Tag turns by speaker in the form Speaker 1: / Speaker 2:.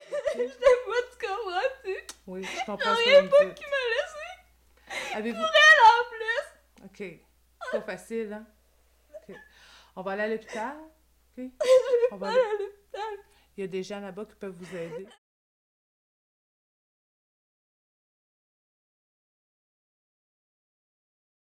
Speaker 1: J'étais pas, tu comprends, tu sais.
Speaker 2: Oui, je comprends
Speaker 1: J'en
Speaker 2: ce
Speaker 1: reviens
Speaker 2: que
Speaker 1: pas
Speaker 2: vous me dites.
Speaker 1: qu'il m'a laissé
Speaker 2: Avez-vous...
Speaker 1: pour elle en plus.
Speaker 2: OK. C'est Pas facile, hein? OK. On va aller à l'hôpital? OK? On va
Speaker 1: Pas
Speaker 2: aller-
Speaker 1: à l'hôpital.
Speaker 2: Il y a des gens là-bas qui peuvent vous aider.